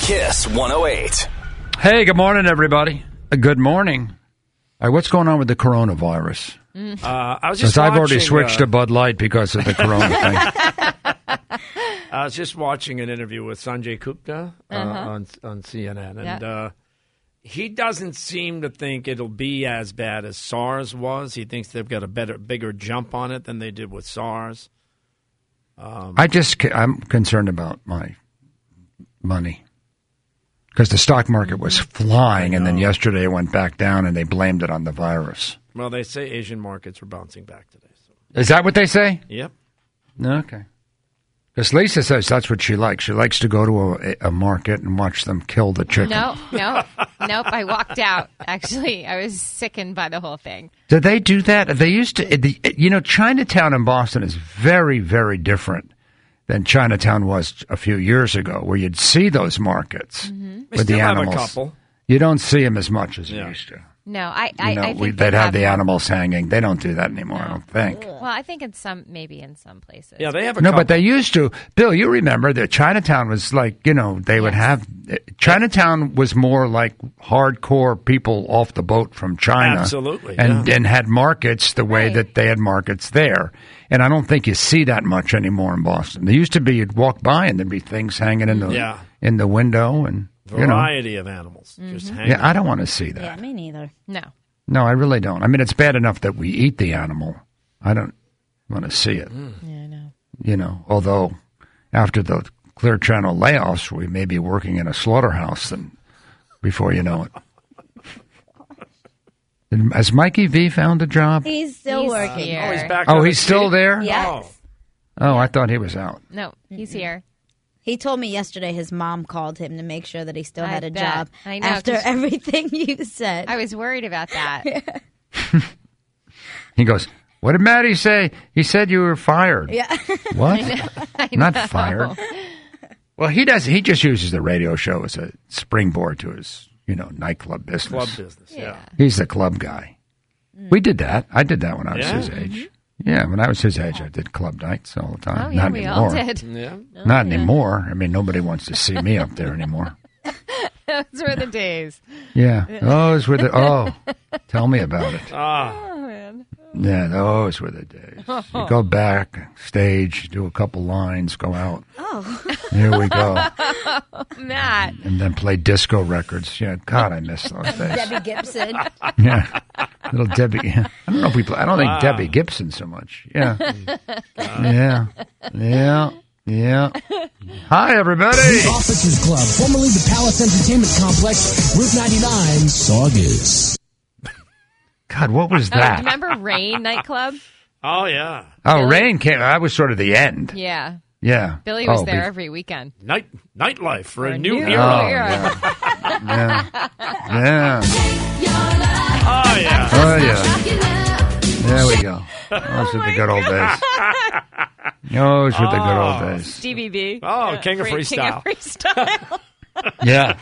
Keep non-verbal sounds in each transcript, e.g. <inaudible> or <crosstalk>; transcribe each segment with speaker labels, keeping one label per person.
Speaker 1: Kiss 108.
Speaker 2: Hey, good morning, everybody. Uh, Good morning. All right, what's going on with the coronavirus?
Speaker 3: Uh, I was just
Speaker 2: Since I've already
Speaker 3: watching,
Speaker 2: switched
Speaker 3: uh,
Speaker 2: to Bud Light because <laughs> of the corona thing.
Speaker 3: I was just watching an interview with Sanjay Gupta uh, on on CNN, and
Speaker 4: Yeah.
Speaker 3: uh, he doesn't seem to think it'll be as bad as SARS was. He thinks they've got a better, bigger jump on it than they did with SARS.
Speaker 2: I just ca- I'm concerned about my money because the stock market was flying, and then yesterday it went back down, and they blamed it on the virus.
Speaker 3: Well, they say Asian markets are bouncing back today. So.
Speaker 2: Is that what they say?
Speaker 3: Yep.
Speaker 2: Okay. Because Lisa says that's what she likes. She likes to go to a, a market and watch them kill the chicken.
Speaker 4: No,
Speaker 2: <laughs>
Speaker 4: no, nope. I walked out. Actually, I was sickened by the whole thing.
Speaker 2: Do they do that? They used to, the, you know, Chinatown in Boston is very, very different than Chinatown was a few years ago, where you'd see those markets
Speaker 3: We
Speaker 4: Mm-hmm.
Speaker 2: with
Speaker 3: still
Speaker 2: the
Speaker 3: have a
Speaker 2: animals.
Speaker 3: couple.
Speaker 2: You don't see them as much as you
Speaker 3: Yeah.
Speaker 2: used to.
Speaker 4: No, I, I,
Speaker 2: You know,
Speaker 4: I think
Speaker 2: we,
Speaker 4: they
Speaker 2: they'd have the
Speaker 4: more-
Speaker 2: animals hanging. They don't do that anymore. I don't think.
Speaker 4: Well, I think in some, maybe in some places.
Speaker 3: Yeah, they have a
Speaker 2: No,
Speaker 3: couple.
Speaker 2: but they used to. Bill, you remember that Chinatown was like, you know, they would have. eh, Chinatown was more like hardcore people off the boat from China.
Speaker 3: Absolutely,
Speaker 2: And, and had markets the way
Speaker 4: Right.
Speaker 2: that they had markets there. And I don't think you see that much anymore in Boston. There used to be, you'd walk by and there'd be things hanging in the,
Speaker 3: Yeah.
Speaker 2: in the window. And, you know,
Speaker 3: variety of animals just hanging.
Speaker 2: yeah, I don't want to see that.
Speaker 5: Yeah, me neither.
Speaker 4: No.
Speaker 2: No, I really don't. I mean, it's bad enough that we eat the animal. I don't want to see it.
Speaker 4: Yeah, I know.
Speaker 2: you know, although after the Clear Channel layoffs, we may be working in a slaughterhouse and before you know it. And Has Mikey V found a job?
Speaker 5: He's still
Speaker 4: He's
Speaker 5: working.
Speaker 4: here.
Speaker 3: Oh, he's back.
Speaker 2: Oh,
Speaker 3: on
Speaker 2: he's
Speaker 3: his
Speaker 2: still
Speaker 3: feet?
Speaker 2: there?
Speaker 5: Yes.
Speaker 3: Oh.
Speaker 2: Oh, I thought he was out.
Speaker 4: No, he's here.
Speaker 5: He told me yesterday his mom called him to make sure that he still
Speaker 4: I
Speaker 5: had a
Speaker 4: bet.
Speaker 5: job
Speaker 4: I know,
Speaker 5: after
Speaker 4: 'cause-
Speaker 5: <laughs> everything you said.
Speaker 4: I was worried about
Speaker 5: <laughs>
Speaker 4: that.
Speaker 2: He goes, What did Maddie say? He said you were fired.
Speaker 4: <laughs>
Speaker 2: Yeah. What? Not fired.
Speaker 4: Oh,
Speaker 2: Well, he does. He just uses the radio show as a springboard to his, you know, nightclub business.
Speaker 3: Club business. Yeah.
Speaker 2: He's the club guy.
Speaker 4: Mm.
Speaker 2: We did that. I did that when I was
Speaker 3: Yeah?
Speaker 2: his age. Yeah, when I was his age, I did club nights all the time.
Speaker 4: Mm-hmm. Oh, yeah,
Speaker 2: Not
Speaker 4: we
Speaker 2: anymore.
Speaker 4: all did. <laughs> Oh,
Speaker 3: Yeah.
Speaker 2: Not anymore. I mean, nobody wants to see me up there anymore.
Speaker 4: Those were the days. <laughs>
Speaker 2: Yeah, those were the oh, tell me about it.
Speaker 3: Ah.
Speaker 4: Oh,
Speaker 2: Yeah, those were the days. You go back stage, do a couple lines, go out. Oh, here we
Speaker 4: <laughs>
Speaker 2: go, <laughs>
Speaker 4: Matt,
Speaker 2: and then play disco records. Yeah, God, I miss
Speaker 4: <laughs>
Speaker 2: those days.
Speaker 5: Debbie Gibson.
Speaker 2: Yeah, little Debbie. yeah. I don't know if we. Play, I don't think Debbie Gibson so much. Yeah, yeah, yeah, yeah. Hi, everybody.
Speaker 6: The Officers Club, formerly the Palace Entertainment Complex, Route 99, Saugus.
Speaker 2: God, what was
Speaker 4: oh,
Speaker 2: that?
Speaker 4: remember Rain nightclub?
Speaker 3: Oh yeah.
Speaker 2: Oh, rain came. I was sort of the end.
Speaker 4: Yeah,
Speaker 2: Yeah,
Speaker 4: Billy was
Speaker 2: Oh,
Speaker 4: there
Speaker 2: be-
Speaker 4: every weekend.
Speaker 3: Night nightlife for, a
Speaker 4: a
Speaker 3: new,
Speaker 4: new
Speaker 3: era.
Speaker 2: Oh,
Speaker 4: <laughs>
Speaker 2: yeah. yeah. Yeah.
Speaker 3: Oh yeah.
Speaker 2: Oh, yeah. There we go.
Speaker 4: Oh,
Speaker 2: Those are the good old days. Those were the good old days.
Speaker 4: DBB.
Speaker 3: Oh, King of
Speaker 4: Free- King
Speaker 3: Freestyle.
Speaker 4: of Freestyle. <laughs>
Speaker 2: Yeah.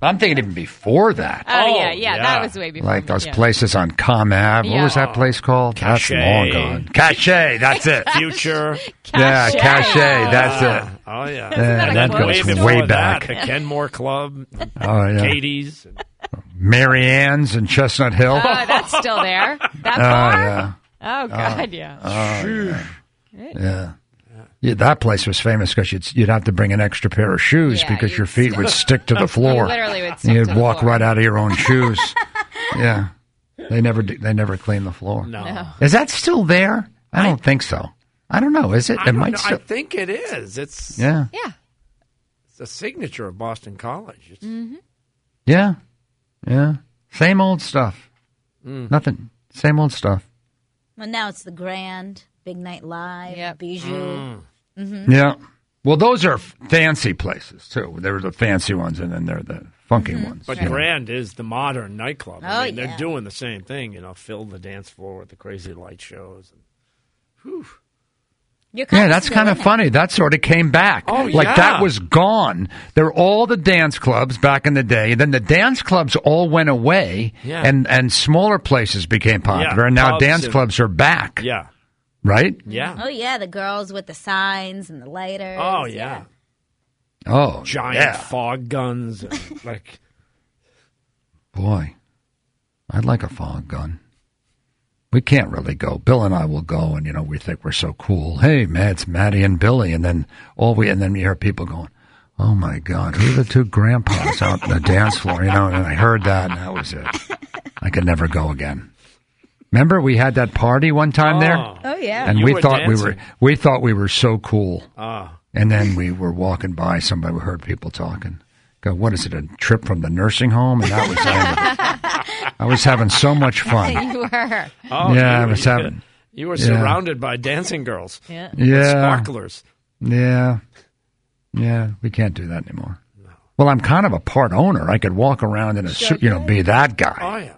Speaker 2: I'm thinking even before that.
Speaker 4: oh,
Speaker 3: Oh,
Speaker 4: yeah, yeah,
Speaker 3: yeah.
Speaker 4: that was way before.
Speaker 2: Like
Speaker 4: me,
Speaker 2: those
Speaker 4: yeah.
Speaker 2: places on Com Ave. What
Speaker 4: Yeah.
Speaker 2: was that place called? That's long
Speaker 3: Cachet.
Speaker 2: gone. Cachet. That's
Speaker 4: <laughs>
Speaker 2: it.
Speaker 3: Future.
Speaker 2: Yeah,
Speaker 4: Cachet.
Speaker 2: Cachet. That's it.
Speaker 3: Yeah. Oh yeah.
Speaker 2: Yeah,
Speaker 4: a
Speaker 2: that
Speaker 4: quote?
Speaker 2: goes
Speaker 4: Way
Speaker 3: before
Speaker 2: way
Speaker 3: that,
Speaker 2: back.
Speaker 3: the Kenmore Club,
Speaker 2: Oh, yeah.
Speaker 3: Katie's.
Speaker 2: Mary Ann's in Chestnut Hill.
Speaker 4: Oh, that's still there. That
Speaker 2: Oh,
Speaker 4: bar?
Speaker 2: yeah. Uh,
Speaker 4: Oh, God, yeah.
Speaker 2: Yeah. Yeah, that place was famous because you'd, you'd have to bring an extra pair of shoes
Speaker 4: Yeah,
Speaker 2: because
Speaker 4: you'd
Speaker 2: your feet
Speaker 4: <laughs>
Speaker 2: would stick to the floor.
Speaker 4: You literally would
Speaker 2: And
Speaker 4: stick
Speaker 2: you'd
Speaker 4: to the
Speaker 2: walk
Speaker 4: floor.
Speaker 2: right out of your
Speaker 4: <laughs>
Speaker 2: own shoes. yeah, they never do, they never clean the floor.
Speaker 3: No.
Speaker 2: Is that still there? I don't think so. I don't know. Is it?
Speaker 3: I,
Speaker 2: it
Speaker 3: don't
Speaker 2: might
Speaker 3: know. I
Speaker 2: still.
Speaker 3: think it is. It's
Speaker 2: yeah.
Speaker 4: Yeah.
Speaker 3: it's a signature of Boston College. It's,
Speaker 2: Yeah. Yeah. Same old stuff.
Speaker 3: Mm.
Speaker 2: Nothing. Same old stuff.
Speaker 5: <laughs> well, now it's the Grand, Big Night Live,
Speaker 4: Yep.
Speaker 5: Bijou.
Speaker 2: Mm.
Speaker 4: Mm.
Speaker 2: Yeah. Well, those are f- fancy places too. There were the fancy ones, and then there are the funky
Speaker 4: Mm-hmm.
Speaker 2: ones.
Speaker 3: But
Speaker 2: you know.
Speaker 3: Grand is the modern nightclub.
Speaker 5: Oh,
Speaker 3: I mean, they're
Speaker 5: yeah.
Speaker 3: doing the same thing. You know, fill the dance floor with the crazy light shows.
Speaker 5: You're kinda
Speaker 2: Yeah, that's
Speaker 5: still
Speaker 2: kind of
Speaker 5: in it.
Speaker 2: funny. That sort of came back.
Speaker 3: Oh,
Speaker 2: like
Speaker 3: yeah.
Speaker 2: that was gone. There were all the dance clubs back in the day. Then the dance clubs all went away,
Speaker 3: Yeah.
Speaker 2: and and smaller places became popular.
Speaker 3: Yeah,
Speaker 2: and now
Speaker 3: pubs
Speaker 2: dance
Speaker 3: and-
Speaker 2: clubs are back.
Speaker 3: Yeah,
Speaker 2: Right.
Speaker 3: yeah.
Speaker 5: Oh, yeah, the girls with the signs and the lighters.
Speaker 3: Oh yeah.
Speaker 2: Oh,
Speaker 3: giant
Speaker 2: yeah.
Speaker 3: fog guns. and, <laughs> like
Speaker 2: Boy, I'd like a fog gun. We can't really go. Bill and I will go, and you know we think we're so cool. Hey, Matt, it's Maddie and Billy, and then all we and then you hear people going, "Oh my God, who are the two grandpas out on the dance floor?" You know, and I heard that, and that was it. I could never go again. Remember, we had that party one time
Speaker 3: Oh.
Speaker 2: there,
Speaker 5: Oh yeah.
Speaker 2: and
Speaker 3: You
Speaker 2: we
Speaker 3: were
Speaker 2: thought we were
Speaker 3: dancing.
Speaker 2: we thought we were so cool.
Speaker 3: ah,
Speaker 2: And then we were walking by, somebody we heard people talking. Go, what is it? A trip from the nursing home? And that was I, I was having so much fun. <laughs>
Speaker 4: you were.
Speaker 3: oh,
Speaker 2: Yeah,
Speaker 3: you,
Speaker 2: what's
Speaker 3: you-
Speaker 2: happening?
Speaker 3: You were surrounded by dancing girls,
Speaker 4: Yeah.
Speaker 2: Yeah,
Speaker 3: sparklers.
Speaker 2: yeah, yeah. We can't do that anymore. Well, I'm kind of a part owner. I could walk around in a suit, you know, be that
Speaker 3: Oh
Speaker 2: guy.
Speaker 3: yeah.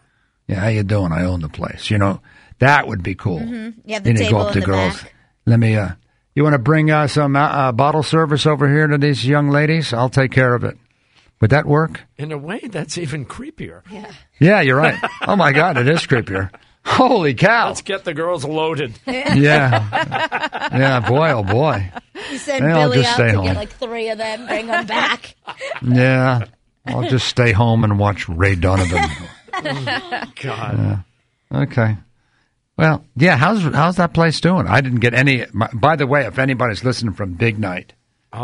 Speaker 2: Yeah, how you doing? I own the place. You know, that would be cool.
Speaker 5: You have Mm-hmm. the
Speaker 2: Then you
Speaker 5: table
Speaker 2: go up
Speaker 5: in
Speaker 2: to
Speaker 5: the
Speaker 2: girls.
Speaker 5: back.
Speaker 2: Let me. uh You want to bring uh, some uh, uh, bottle service over here to these young ladies? I'll take care of it. Would that work?
Speaker 3: In a way, that's even creepier.
Speaker 2: Yeah, you're right. Oh my God, it is creepier. Holy cow!
Speaker 3: Let's get the girls
Speaker 5: <laughs>
Speaker 3: loaded.
Speaker 2: Yeah, yeah, boy, oh boy,
Speaker 5: You send
Speaker 2: Yeah, I'll
Speaker 5: Billy
Speaker 2: just
Speaker 5: out
Speaker 2: stay
Speaker 5: to
Speaker 2: home.
Speaker 5: get like three of them, bring
Speaker 2: <laughs>
Speaker 5: them back.
Speaker 2: yeah. I'll just stay home and watch Ray Donovan.
Speaker 3: God.
Speaker 2: Okay. Well, yeah. How's how's that place doing? I didn't get any. My, by the way, if anybody's listening from Big Night,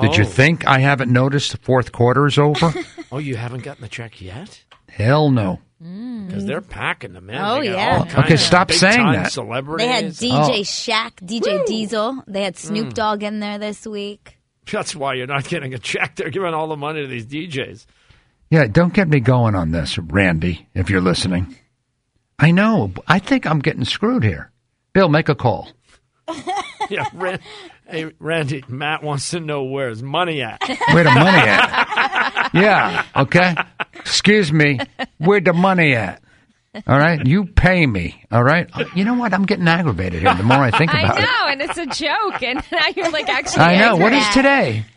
Speaker 2: did you
Speaker 3: Oh.
Speaker 2: think I haven't noticed the fourth quarter is over?
Speaker 3: Oh, you haven't gotten the check yet?
Speaker 2: Hell no.
Speaker 3: Because they're packing them in.
Speaker 5: Mm-hmm. Oh,
Speaker 3: They got
Speaker 5: yeah.
Speaker 3: all
Speaker 5: Okay,
Speaker 3: kinds of
Speaker 2: stop
Speaker 3: big
Speaker 2: saying
Speaker 3: time
Speaker 2: that.
Speaker 5: They had
Speaker 3: Celebrities.
Speaker 2: Oh.
Speaker 5: DJ Shaq, DJ Diesel. They had Snoop
Speaker 2: Mm.
Speaker 5: Dogg in there this week.
Speaker 3: That's why you're not getting a check. They're giving all the money to these DJs.
Speaker 2: Yeah, don't get me going on this, Randy, if you're listening. I know. I think I'm getting screwed here. Bill, make a call.
Speaker 5: <laughs>
Speaker 3: Yeah, Ran- hey, Randy, Matt wants to know where his money
Speaker 5: <laughs>
Speaker 3: at.
Speaker 2: Where the money at? Yeah. Okay. Excuse me. Where the money at? All right. You pay me. All right. You know what? I'm getting aggravated here. The more I think
Speaker 4: <laughs> I
Speaker 2: about it,
Speaker 4: know, and it's a joke, and <laughs> now you're like actually.
Speaker 2: I know. What is
Speaker 5: Aggravated.
Speaker 2: today?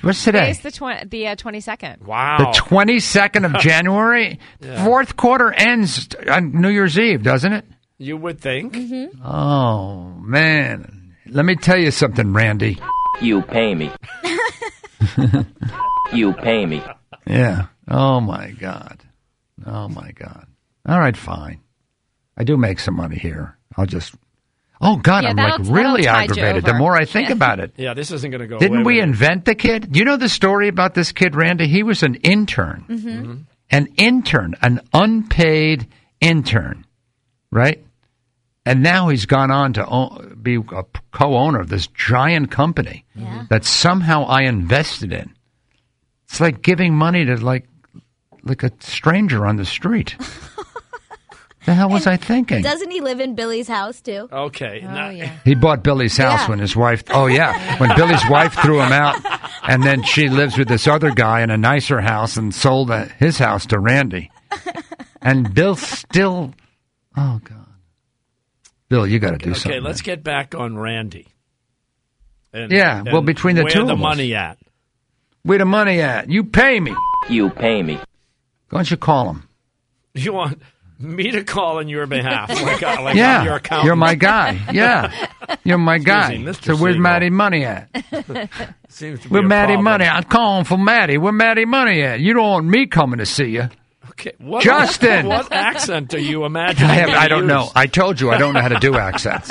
Speaker 2: What's today?
Speaker 4: Today's the twenty the uh, twenty second.
Speaker 3: Wow.
Speaker 2: The twenty second of January. Fourth quarter ends on New Year's Eve, doesn't it?
Speaker 3: you would think.
Speaker 5: Mm-hmm.
Speaker 2: Oh man. Let me tell you something, Randy.
Speaker 1: You pay me. you pay me.
Speaker 2: Yeah. Oh my God. Oh my God. All right, fine. I do make some money here. I'll just. Oh God,
Speaker 4: Yeah,
Speaker 2: I'm like
Speaker 4: that'll- that'll
Speaker 2: really
Speaker 4: tide you
Speaker 2: aggravated. The
Speaker 4: over.
Speaker 2: more I think about it,
Speaker 3: Yeah, this isn't going to go
Speaker 2: didn't
Speaker 3: away
Speaker 2: we
Speaker 3: with it.
Speaker 2: invent the kid? Do you know the story about this kid, Randy? He was an intern, an intern, an unpaid intern, right? And now he's gone on to o- be a co-owner of this giant company that somehow I invested in. It's like giving money to like like a stranger on the street. the hell was I thinking?
Speaker 5: Doesn't he live in Billy's house too?
Speaker 3: Okay.
Speaker 4: Oh
Speaker 3: now-
Speaker 4: yeah.
Speaker 2: He bought Billy's house
Speaker 5: Yeah.
Speaker 2: when his wife. Oh yeah, when Billy's wife threw him out, and then she lives with this other guy in a nicer house and sold uh his house to Randy. And Bill still. Oh God, Bill, you got to do something.
Speaker 3: Okay, let's get back on Randy. And,
Speaker 2: Yeah, well,
Speaker 3: and
Speaker 2: between the
Speaker 3: where
Speaker 2: two
Speaker 3: the
Speaker 2: of us.
Speaker 3: money at?
Speaker 2: Where the money at? You pay me.
Speaker 1: You pay me.
Speaker 2: Why don't you call him?
Speaker 3: You want me to call on your behalf? Like, I-
Speaker 2: <laughs>
Speaker 3: like
Speaker 2: yeah,
Speaker 3: I'm your accountant.
Speaker 2: you're my guy. Yeah, you're my guy.
Speaker 3: me, Mr.
Speaker 2: so where's
Speaker 3: Siegel.
Speaker 2: Maddie money at?
Speaker 3: <laughs> Seems to be
Speaker 2: Where
Speaker 3: a
Speaker 2: Maddie
Speaker 3: problem.
Speaker 2: money? I'm calling for Maddie. Where Maddie money at? You don't want me coming to see you.
Speaker 3: Okay, what, <laughs>
Speaker 2: Justin!
Speaker 3: What accent do you
Speaker 2: <laughs>
Speaker 3: imagine?
Speaker 2: I, have,
Speaker 3: you're gonna
Speaker 2: I don't know.
Speaker 3: use?
Speaker 2: I told you I don't know how to do accents.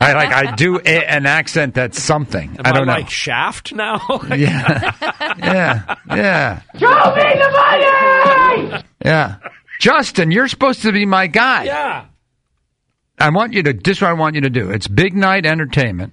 Speaker 2: I like I do a, an accent that's something.
Speaker 3: Am
Speaker 2: I don't know.
Speaker 3: like Shaft now. <laughs>
Speaker 2: yeah, yeah, yeah. Show me the money. Yeah, Justin, you're supposed to be my guy.
Speaker 3: yeah.
Speaker 2: I want you to. This is what I want you to do. It's Big Night Entertainment.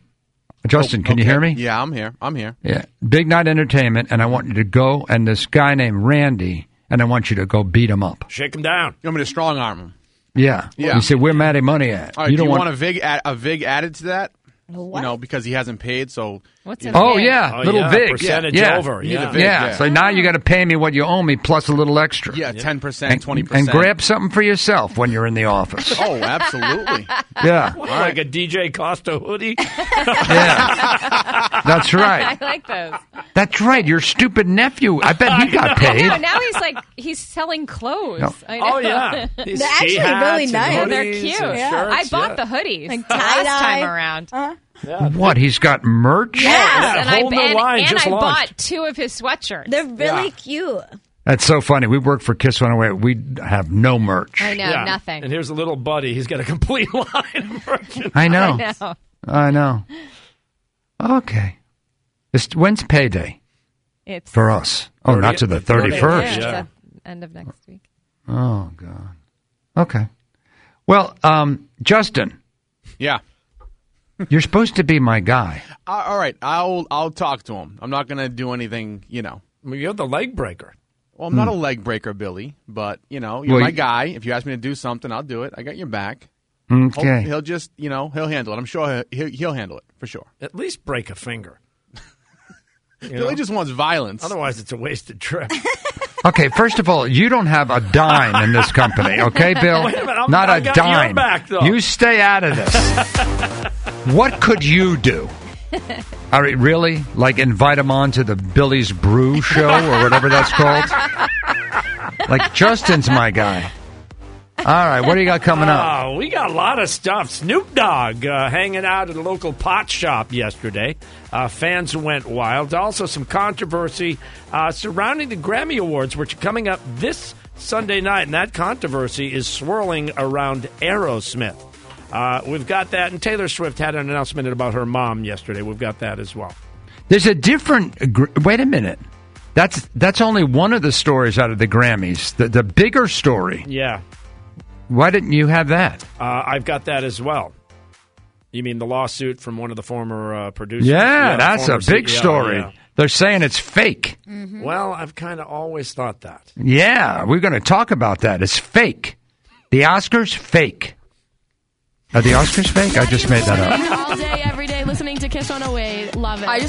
Speaker 2: Justin, can you hear me?
Speaker 7: Oh, Yeah, I'm here. I'm here.
Speaker 2: Yeah. Big Night Entertainment, and I want you to go and this guy named Randy, and I want you to go beat him up.
Speaker 3: Shake him down.
Speaker 7: You want me to strong arm him?
Speaker 2: Yeah.
Speaker 7: Yeah.
Speaker 2: You say where Matty Money at?
Speaker 7: All right, do you want, a vig ad- a vig added to that?
Speaker 5: What?
Speaker 7: You know, because he hasn't paid, so
Speaker 4: What's
Speaker 7: you
Speaker 4: in
Speaker 7: know,
Speaker 2: Oh
Speaker 4: there? <laughs>
Speaker 2: yeah,
Speaker 3: Oh,
Speaker 2: little
Speaker 3: yeah,
Speaker 2: Vic.
Speaker 3: percentage
Speaker 2: yeah.
Speaker 3: over,
Speaker 7: You need
Speaker 3: yeah.
Speaker 7: a Vic,
Speaker 2: yeah.
Speaker 7: yeah.
Speaker 2: So now you got to pay me what you owe me plus a little extra.
Speaker 7: yeah, ten percent,
Speaker 2: And,
Speaker 7: twenty
Speaker 2: and
Speaker 7: percent,
Speaker 2: grab something for yourself when you're in the
Speaker 7: <laughs>
Speaker 2: office. <laughs>
Speaker 7: Oh, absolutely.
Speaker 2: yeah,
Speaker 3: Like a DJ Costa hoodie.
Speaker 2: yeah. That's
Speaker 4: I
Speaker 2: right.
Speaker 4: like those.
Speaker 2: That's right. Your stupid nephew. I bet he
Speaker 7: <laughs>
Speaker 2: got paid.
Speaker 4: No, now he's like he's selling clothes.
Speaker 2: No.
Speaker 4: I know.
Speaker 3: Oh yeah, These
Speaker 5: They're
Speaker 3: ski
Speaker 5: actually
Speaker 3: hats
Speaker 5: really
Speaker 3: and
Speaker 4: <laughs> Yeah,
Speaker 5: nice. Yeah,
Speaker 4: they're
Speaker 3: hoodies
Speaker 4: cute.
Speaker 3: and
Speaker 4: I
Speaker 3: shirts,
Speaker 4: bought
Speaker 3: yeah.
Speaker 4: the hoodies
Speaker 5: Like Uh-huh.
Speaker 4: last
Speaker 5: tie-dye.
Speaker 4: time around.
Speaker 2: What? He's got merch?
Speaker 4: Yes, and I,
Speaker 3: whole new
Speaker 4: and,
Speaker 3: line
Speaker 4: and
Speaker 3: just
Speaker 4: I
Speaker 3: launched.
Speaker 4: bought two of his sweatshirts.
Speaker 5: They're really
Speaker 3: Yeah.
Speaker 5: cute.
Speaker 2: That's so funny. We work for Kiss 108. We have no merch.
Speaker 4: I know
Speaker 3: Yeah.
Speaker 4: nothing.
Speaker 3: And here's a little buddy. He's got a complete <laughs> line of merchandise.
Speaker 2: I know.
Speaker 4: I know.
Speaker 2: I know. Okay. This, when's payday
Speaker 4: It's
Speaker 2: for us? Oh, not to the 31st.
Speaker 3: Yeah.
Speaker 4: it's the end of next week.
Speaker 2: Oh, God. Okay. Well, um, Justin,
Speaker 7: Yeah.
Speaker 2: you're supposed to be my guy.
Speaker 7: A- all right. I'll I'll talk to him. I'm not gonna do anything. You know.
Speaker 3: I mean, you're the leg breaker.
Speaker 7: Well, I'm not a leg breaker, Billy, but you know, you're
Speaker 2: Hmm. Well,
Speaker 7: my
Speaker 2: you-
Speaker 7: guy. If you ask me to do something, I'll do it. I got your back. Hope-
Speaker 3: Oh,
Speaker 2: Okay.
Speaker 7: He'll just, you know, he'll handle it. I'm sure he'll, he'll handle it for sure.
Speaker 3: At least break a finger. You know?
Speaker 7: Billy just wants violence.
Speaker 3: Otherwise, it's a wasted trip.
Speaker 2: Okay, first of all, you don't have a dime in this company,
Speaker 3: <laughs>
Speaker 2: okay, Bill?
Speaker 3: Wait a minute, I'm-
Speaker 2: Not
Speaker 3: I
Speaker 2: a
Speaker 3: got your
Speaker 2: dime.
Speaker 3: back, though.
Speaker 2: You stay out of this. what could you
Speaker 3: <laughs>
Speaker 2: do? All right, really? Like invite him on to the Billy's Brew show or whatever that's
Speaker 3: <laughs>
Speaker 2: called? like Justin's my guy. All right, what do you got coming up?
Speaker 3: Oh, we got a lot of stuff. Snoop Dogg uh, hanging out at a local pot shop yesterday. Uh, fans went wild. Also, some controversy uh, surrounding the Grammy Awards, which are coming up this Sunday night. And that controversy is swirling around Aerosmith. Uh, we've got that. And Taylor Swift had an announcement about her mom yesterday. We've got that as well.
Speaker 2: There's a different gr- Wait a minute. That's that's only one of the stories out of the Grammys. The the bigger story.
Speaker 3: Yeah,
Speaker 2: Why didn't you have that?
Speaker 3: uh, I've got that as well. You mean the lawsuit from one of the former uh, producers?
Speaker 2: Yeah,
Speaker 3: the
Speaker 2: that's a
Speaker 3: former
Speaker 2: big
Speaker 3: CEO,
Speaker 2: story.
Speaker 3: yeah.
Speaker 2: They're saying it's fake.
Speaker 3: Well, I've kind of always thought that.
Speaker 2: Yeah, we're going to talk about that. It's fake. The Oscars fake. Are the Oscars fake? I just made that up.
Speaker 8: All day, every day, listening to Kiss on Away. Love it.